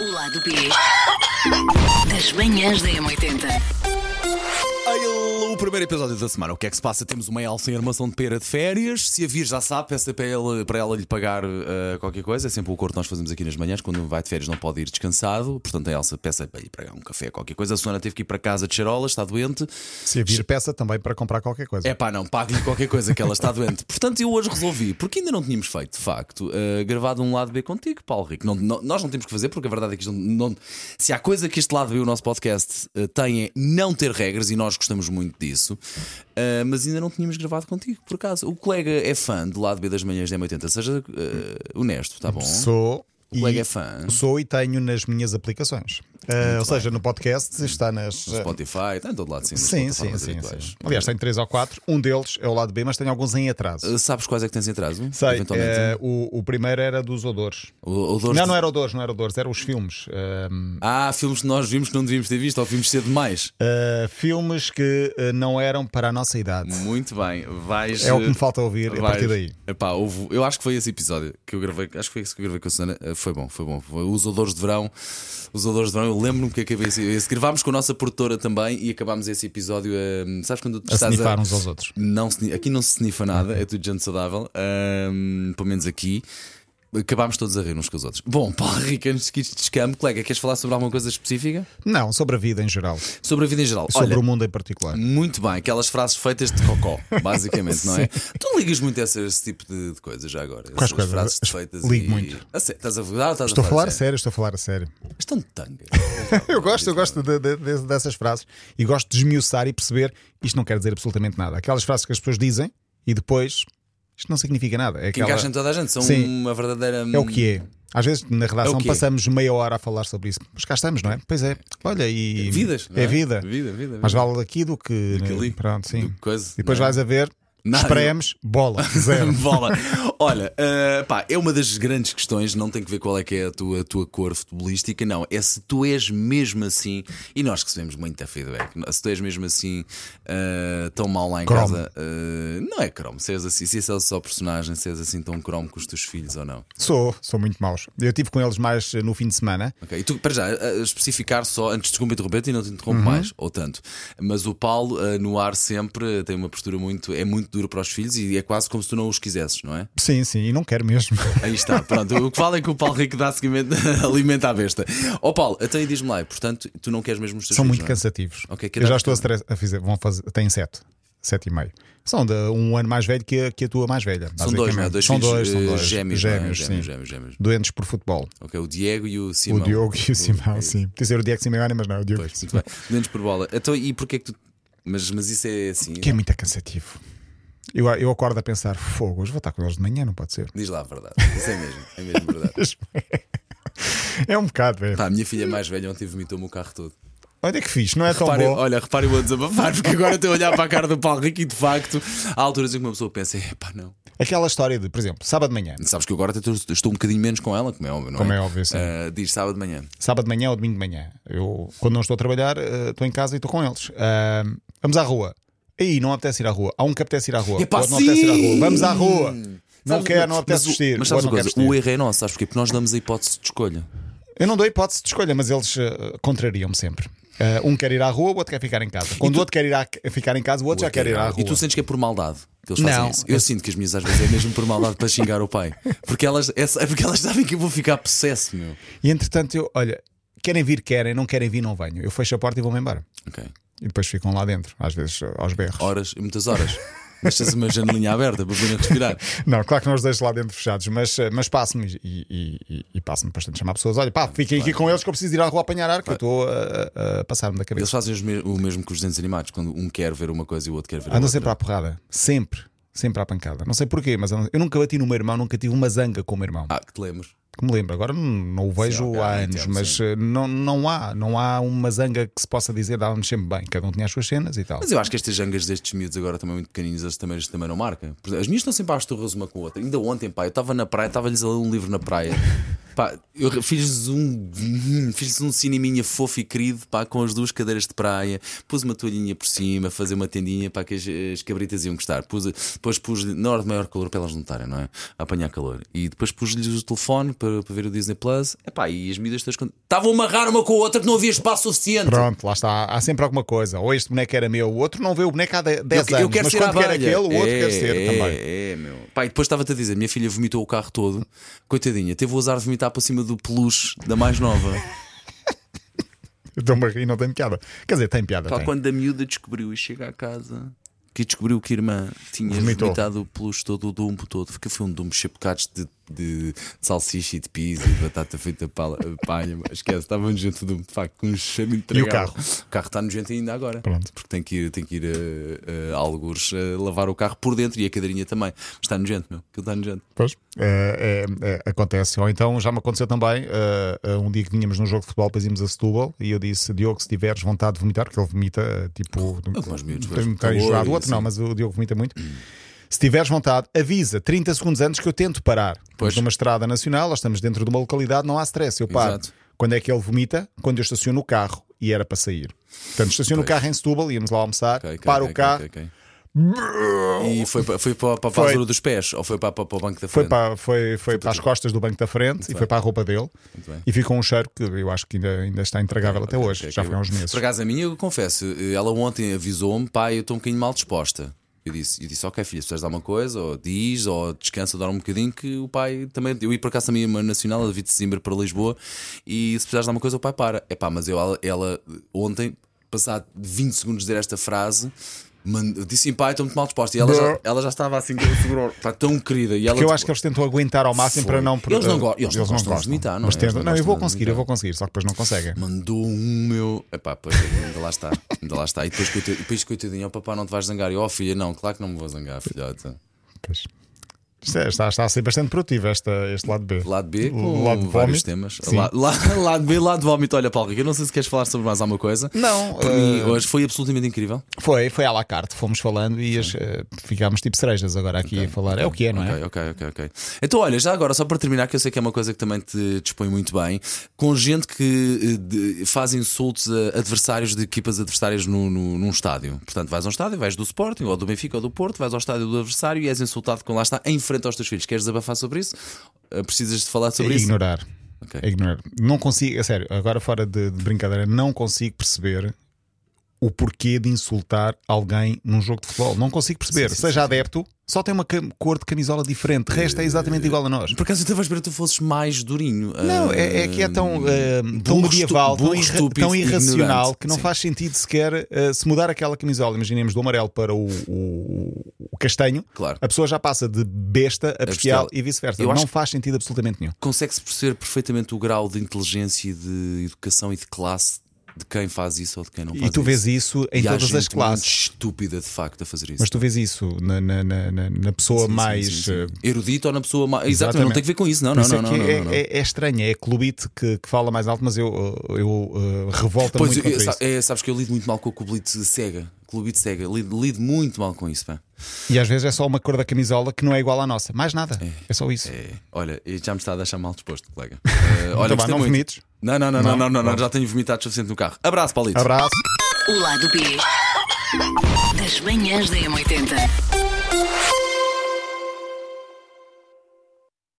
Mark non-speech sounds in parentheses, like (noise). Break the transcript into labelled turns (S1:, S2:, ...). S1: O lado B das manhãs da M80.
S2: Ai, O primeiro episódio da semana. O que é que se passa? Temos uma Elsa em armação de pera de férias. Se a vir já sabe, peça para ela, para ela lhe pagar ah, qualquer coisa. É sempre o acordo que nós fazemos aqui nas manhãs. Quando vai de férias não pode ir descansado. Portanto, a Elsa peça para lhe pagar um café, qualquer coisa. A Sona teve que ir para casa de charola, está doente.
S3: Se vir peça também para comprar qualquer coisa.
S2: É pá, não, pague-lhe qualquer coisa que ela está doente. Portanto, eu hoje resolvi, porque ainda não tínhamos feito, de facto, ah, gravado um lado B contigo, Paulo Rico. Não- não- nós não temos que fazer, porque a verdade é que isto não, não- se há coisa que este lado B, o nosso podcast, ah, tem é não ter regras, e nós gostamos muito disso, ah, mas ainda não tínhamos gravado contigo, por acaso. O colega é fã do lado B das manhãs da M80, seja ah, honesto, está bom?
S3: Sou.
S2: O colega é fã.
S3: Sou e tenho nas minhas aplicações. Ah, ou seja, no podcast está nas. ah,
S2: Spotify, está em todo lado, sim. nas
S3: Sim, sim,
S2: plataformas
S3: sim,
S2: habituais.
S3: sim. Aliás, tenho três ou quatro. Um deles é o lado B, mas tenho alguns em atraso.
S2: Ah, Sabes quais é que tens em atraso?
S3: Sei,
S2: Eventualmente.
S3: ah, o, o primeiro era dos odores.
S2: O- o Dores
S3: Não, é-
S2: de-
S3: não era odores, não era odores, eram os filmes. Ah,
S2: Ah, filmes que nós vimos que não devíamos ter visto, ou filmes cedo demais.
S3: ah, filmes que ah, não eram para a nossa idade.
S2: Muito bem, vais.
S3: É o que
S2: eh,
S3: me falta ouvir a partir daí.
S2: Epá, houve- eu acho que foi esse episódio que eu gravei, acho que foi esse que eu gravei com a Susana. Eh, Foi bom, foi bom. Foi os odores de verão, os odores de verão. Eu lembro-me que acabei esse, esse. Gravámos com a nossa produtora também e acabámos esse episódio. eh, sabes quando tu
S3: A
S2: estás
S3: snifar
S2: a.
S3: uns aos outros.
S2: Não, se- aqui não se snifa nada, é tudo gente saudável. Ahm, pelo menos aqui. Acabámos todos a rir uns com os outros. Bom, (laughs) Paulo Rica, antes que isto descambe, colega, queres falar sobre alguma coisa específica?
S3: Não, sobre a vida em geral.
S2: Sobre a vida em geral.
S3: Sobre
S2: Olha,
S3: o mundo em particular.
S2: Muito bem, aquelas frases feitas de cocó, basicamente, não
S3: (laughs)
S2: é? Tu ligas muito a esse, esse tipo de, de coisas já agora?
S3: Quais
S2: Essas
S3: coisas?
S2: frases feitas
S3: Ligo
S2: e-
S3: muito.
S2: A sé- estás a verdade? Estás
S3: Estou a falar a
S2: sério?
S3: sério, estou a falar a sério.
S2: Estão de tanga.
S3: (laughs) Eu gosto, eu gosto de- de- de- dessas frases e gosto de esmiuçar e perceber isto não quer dizer absolutamente nada. Aquelas frases que as pessoas dizem e depois isto não significa nada. É,
S2: Que
S3: aquela-
S2: encaixam toda a gente, são
S3: Sim.
S2: uma verdadeira.
S3: é o que é. Às vezes na redação
S2: que é.
S3: passamos meia hora a falar sobre isso, mas cá estamos, não é? Pois é, olha, e.
S2: Vidas, não
S3: É vida.
S2: Vida, vida. vida.
S3: Mas vale aqui do que.
S2: que ali.
S3: Pronto, sim.
S2: Do que coisa,
S3: e depois
S2: não é?
S3: vais a ver,
S2: Nada.
S3: espremes, bola, zero.
S2: (laughs) Bola. Olha, eh, pá, é uma das grandes questões, não tem que ver qual é que é a tua, a tua cor futebolística, não. É se tu és mesmo assim, e nós recebemos muita feedback, se tu és mesmo assim eh, tão mal lá em
S3: Cromo.
S2: casa, eh, não é cromo, se és assim, se és só personagem, se és assim tão cromo com os teus filhos ou não.
S3: sou, sou muito maus. Eu estive com eles mais eh, no fim de semana.
S2: Ok, E tu, para já, a- a especificar só, antes desculpa interromper-te e não te interrompo mais, ou tanto, mas o Paulo eh, no ar sempre eh, tem uma postura muito, é muito dura para os filhos e é quase como se tu não os quisesses, não é?
S3: Sim, sim, e não quero mesmo.
S2: Aí está, pronto. O que vale é que o Paulo Rico dá seguimento, (laughs) alimenta a besta. Ó Paulo, então aí diz-me lá, e, portanto, tu não queres mesmo os teus
S3: São
S2: filhos,
S3: muito
S2: não é?
S3: cansativos.
S2: Ok, que
S3: eu já
S2: idade
S3: estou a, stress- a fazer, vão fazer, têm sete, sete e meio. São de um ano mais velho que a, que a tua mais velha.
S2: São dois, não é?
S3: basicamente.
S2: Dois
S3: são
S2: filhos
S3: dois, são
S2: eh,
S3: dois.
S2: gêmeos, não é?
S3: gêmeos,
S2: gêmeos,
S3: sim.
S2: gêmeos, gêmeos.
S3: Doentes por futebol.
S2: Ok, o Diego e o
S3: O
S2: Simão.
S3: Diogo e o Simão, sim. Quer dizer, o Diego Simão, mas não, o Diogo.
S2: é Muito bem. Doentes por bola. Então, e porquê que tu. Mas, mas isso é assim.
S3: Que é muito cansativo. Eu, eu acordo a pensar, fogo, hoje vou estar com eles de manhã, não pode ser. (laughs)
S2: Diz lá a verdade. Isso é mesmo. É mesmo verdade.
S3: É um bocado, velho.
S2: Pá, a minha filha mais velha ontem vomitou-me o carro todo.
S3: Olha que fixe, não é tão
S2: Reparem-
S3: bom.
S2: olha, reparem o a desabafar, porque agora estou a olhar para a cara do Paulo Rico e de facto há alturas em que uma pessoa pensa: é pá, não.
S3: Aquela história de, por exemplo, sábado de manhã.
S2: Sabes que eu agora até estou- estou um bocadinho menos com ela, como é óbvio, não
S3: Como
S2: é?
S3: é óbvio, sim.
S2: Ah, diz sábado de manhã.
S3: sábado de manhã ou domingo de manhã. Eu, quando não estou a trabalhar, eh, estou em casa e estou com eles. Ah, vamos à rua. Aí não apetece ir à rua. Há um que apetece ir à rua.
S2: Epá,
S3: O outro não apetece ir à
S2: sim!
S3: rua. Vamos à rua. Não
S2: Sabes,
S3: quer, não apetece
S2: mas o-
S3: vestir.
S2: Mas
S3: O
S2: sabes uma
S3: outro não
S2: coisa,
S3: quer
S2: o
S3: vestir.
S2: erro é nosso, sabes porquê? Porque nós damos a hipótese de escolha.
S3: Eu não dou hipótese de escolha, mas eles eh, contrariam-me sempre. Ah, um quer ir à rua, o outro quer ficar em casa. Quando o outro quer ir a, ficar em casa, o outro já quer ir à rua.
S2: E tu sentes que é por maldade que eles fazem
S3: Não,
S2: isso. Eu sinto que as minhas às vezes é mesmo por maldade para xingar o pai. Porque elas, é, é porque elas sabem que eu vou ficar possesso, meu.
S3: E entretanto, eu, olha, querem vir, querem, não querem vir, não venho. Eu fecho a porta e vou-me embora.
S2: Ok.
S3: E depois ficam lá dentro, às vezes eh, aos berros.
S2: Horas e muitas horas. Deixas uma janelinha aberta para poderem respirar.
S3: Não, claro que não os deixo lá dentro fechados, mas, eh, mas passo-me e, e, e- e passo-me bastante a chamar pessoas. Olha, pá, fiquem aqui com eles que eu preciso ir à rua apanhar ar, que eu estou a, a- a passar-me da
S2: Eles
S3: cabeça.
S2: fazem os me- o mesmo com os desenhos animados, quando um quer ver uma coisa e o outro quer ver
S3: Andam
S2: outra.
S3: sempre à porrada, sempre, sempre à pancada. Não sei porquê, mas andam- eu nunca bati no meu irmão, nunca tive uma zanga com o meu irmão.
S2: Ah, que te lembro.
S3: Que me lembro, agora não, não o vejo
S2: ok,
S3: há
S2: há
S3: anos,
S2: tempo,
S3: mas
S2: sim.
S3: eh, não, não há não há uma zanga que se possa dizer, dávamos sempre bem, cada um tinha as suas cenas e tal.
S2: Mas eu acho que estas jangas destes miúdos agora também muito pequeninos, eles também, eles também não marcam. Por exemplo, As minhas estão sempre às turras uma com a outra. Ainda ontem, pá, eu estava na praia, estava-lhes a ler um livro na praia. Pá, eu fiz um, fiz um cineminha fofo e querido pá, com as duas cadeiras de praia, pus uma toalhinha por cima, fazer uma tendinha para que as, as cabritas iam gostar. Pus, depois pus, na hora de maior calor, para elas não estarem, não é? A apanhar calor. E depois pus-lhes o telefone para, para ver o Disney Plus. Epá, e as miúdas todas. Estavam a amarrar uma com a outra que não havia espaço suficiente.
S3: Pronto, lá está. Há sempre alguma coisa. Ou este boneco era meu, o outro não vê o boneco há de- 10
S2: eu,
S3: anos.
S2: eu quero
S3: mas
S2: ser a
S3: quando quer
S2: abelha.
S3: aquele, o outro
S2: é,
S3: quer ser
S2: é,
S3: também.
S2: É, meu. Pai, depois estava-te a dizer: minha filha vomitou o carro todo, coitadinha, teve o azar de vomitar para cima do peluche da mais nova.
S3: Eu estou-me a rir, não tem piada. Quer dizer, tem piada.
S2: (laughs) Pá,
S3: tem.
S2: quando a miúda descobriu e chega à casa. Que descobriu que a irmã tinha
S3: Vomitou.
S2: vomitado o peluche todo, o dumbo todo, porque foi um dumbo cheio de bocados de, de salsicha e de pizza e de batata feita pala- (laughs) palha. mas Esquece, estava nojento o dumbo, de facto, com um cheiro entregável.
S3: carro?
S2: O carro está nojento ainda agora.
S3: Pronto.
S2: Porque tem que ir, tem que ir eh, a, a algures a lavar o carro por dentro e a cadeirinha também. Mas está nojento, meu. Aquilo está nojento.
S3: Pois, é, é, é, acontece. Ou então já me aconteceu também, eh, eh, um dia que tínhamos num jogo de futebol, depois íamos a Setúbal e eu disse: Diogo, se tiveres vontade de vomitar, porque ele vomita, eh, tipo,
S2: Alguns miúdos,
S3: tem-
S2: pois,
S3: tem
S2: calor
S3: enjoado.
S2: e
S3: o outro
S2: assim.
S3: não, mas o Diogo vomita muito. Se tiveres vontade, avisa 30 segundos antes que eu tento parar.
S2: Pois.
S3: Estamos numa estrada nacional, nós estamos dentro de uma localidade, não há stress, eu paro.
S2: Exato.
S3: Quando é que ele vomita? Quando eu estaciono o carro e era para sair. Portanto, estaciono o carro em Setúbal, íamos lá almoçar,
S2: Ok, ok,
S3: paro
S2: ok,
S3: o carro,
S2: ok, ok. E foi, para- foi para, para a
S3: Foi.
S2: altura dos pés ou foi para, para, para o banco da
S3: Foi
S2: frente?
S3: para, foi, foi para as costas do banco da frente e foi para a roupa dele.
S2: bem. É,
S3: E ficou um cheiro que eu acho que ainda, ainda está intragável até hoje.
S2: Ok,
S3: Já
S2: ok.
S3: foi há uns meses.
S2: Por acaso, a minha, eu confesso, eh, ela ontem avisou-me, pai, eu estou um bocadinho mal disposta. Eu disse, eu disse, ok, filha, se precisas de alguma coisa, ou diz, ou descansa, dorme um bocadinho, que o pai também. Eu ia por acaso também uma nacional, a 20 de dezembro para Lisboa, e se precisares de alguma coisa, o pai para. É pá, mas eu, ela, ela, ontem, passado 20 segundos de dizer esta frase. man- eu disse, assim, pai, estou muito mal disposta. E ela já, ela já estava assim, segurou, está tão querida. E ela,
S3: Porque eu acho que eles tentam aguentar ao máximo
S2: Foi.
S3: para não.
S2: Eles não go- eles não gostam de vomitar, não é?
S3: Mas
S2: Eles
S3: tentam-
S2: não
S3: não, eu
S2: gostam
S3: vou
S2: de
S3: conseguir,
S2: vomitar.
S3: eu vou conseguir, só que depois não conseguem.
S2: Mandou um meu. Epá, pois ainda lá está. Ainda lá está. E depois, coitadinho, depois, coitadinho oh, papá, não te vais zangar. E ó, filha, não, claro que não me vou zangar, filhota.
S3: Pois. Isto é- Está, está a ser bastante produtivo esta, este lado B.
S2: Lado B, com
S3: Lado de
S2: vários
S3: vómito.
S2: temas.
S3: Sim.
S2: La- la- (laughs) lado B, lado vómito. Olha, Paulo Rico, eu não sei se queres falar sobre mais alguma coisa.
S3: Não,
S2: Para
S3: eh,
S2: mim, hoje foi absolutamente incrível.
S3: Foi, foi à la carte, fomos falando e as, eh, ficámos tipo cerejas agora aqui a falar. É o que é, não é?
S2: Ok, ok, ok, ok. Então, olha, já agora, só para terminar, que eu sei que é uma coisa que também te dispõe muito bem, com gente que eh, de- faz insultos a adversários de equipas adversárias no, no- num estádio. Portanto, vais a um estádio, vais do Sporting, ou do Benfica, ou do Porto, vais ao estádio do adversário e és insultado com lá está, em frente aos teus filhos. Queres desabafar sobre isso? Eh, Precisas de falar sobre isso?
S3: Ignorar.
S2: Ok.
S3: É Ignorar. Não consigo, a sério, agora fora de, de brincadeira, não consigo perceber o porquê de insultar alguém num jogo de futebol. Não consigo perceber. Seja adepto, só tem uma cam- cor de camisola diferente. O resto é exatamente igual a nós.
S2: Por acaso eu estava a esperar que tu fosses mais durinho.
S3: Não,
S2: Ah,
S3: é, é que é tão, eh, tão
S2: burro,
S3: medieval,
S2: estu- burro,
S3: tão, irra-
S2: estúpido,
S3: tão irracional
S2: ignorante.
S3: que não
S2: Sim.
S3: faz sentido sequer eh, se mudar aquela camisola. Imaginemos do amarelo para o, o- o castanho,
S2: Claro.
S3: a pessoa já passa de besta a bestial
S2: bestial.
S3: e vice-versa.
S2: Eu acho
S3: Não faz sentido absolutamente nenhum.
S2: consegue-se perceber perfeitamente o grau de inteligência e de educação e de classe de quem faz isso ou de quem não faz
S3: E tu
S2: isso.
S3: vês isso em
S2: E há
S3: todas
S2: gente
S3: as classes.
S2: Muito estúpida de facto a fazer isso.
S3: Mas tu vês isso na, na- na- na- na pessoa
S2: Sim, sim,
S3: mais.
S2: sim, sim.
S3: eh,
S2: erudita ou na pessoa mais. Exatamente. não tem a ver com isso. Não,
S3: Por
S2: não,
S3: isso
S2: não,
S3: é
S2: não,
S3: que
S2: não,
S3: é,
S2: não.
S3: é- é estranho, é clubite que, que fala mais alto, mas eu, eu, eh, revolta
S2: Pois,
S3: muito contra
S2: eu-
S3: isso.
S2: sa- é, sabes que eu lido muito mal com o clubite cega. Clubite cega. Lido, lido muito mal com isso, pá.
S3: E às vezes é só uma cor da camisola que não é igual à nossa. Mais nada. É, só isso.
S2: É, olha, e já me está a deixar mal disposto, colega. Eh, olha,
S3: Então vá,
S2: gostei
S3: não
S2: muito.
S3: vomites?
S2: Não, não, não, não, não, não, não, já tenho vomitado suficiente no carro. Abraço, Paulito.
S3: Abraço.
S1: O lado B das manhãs da M80.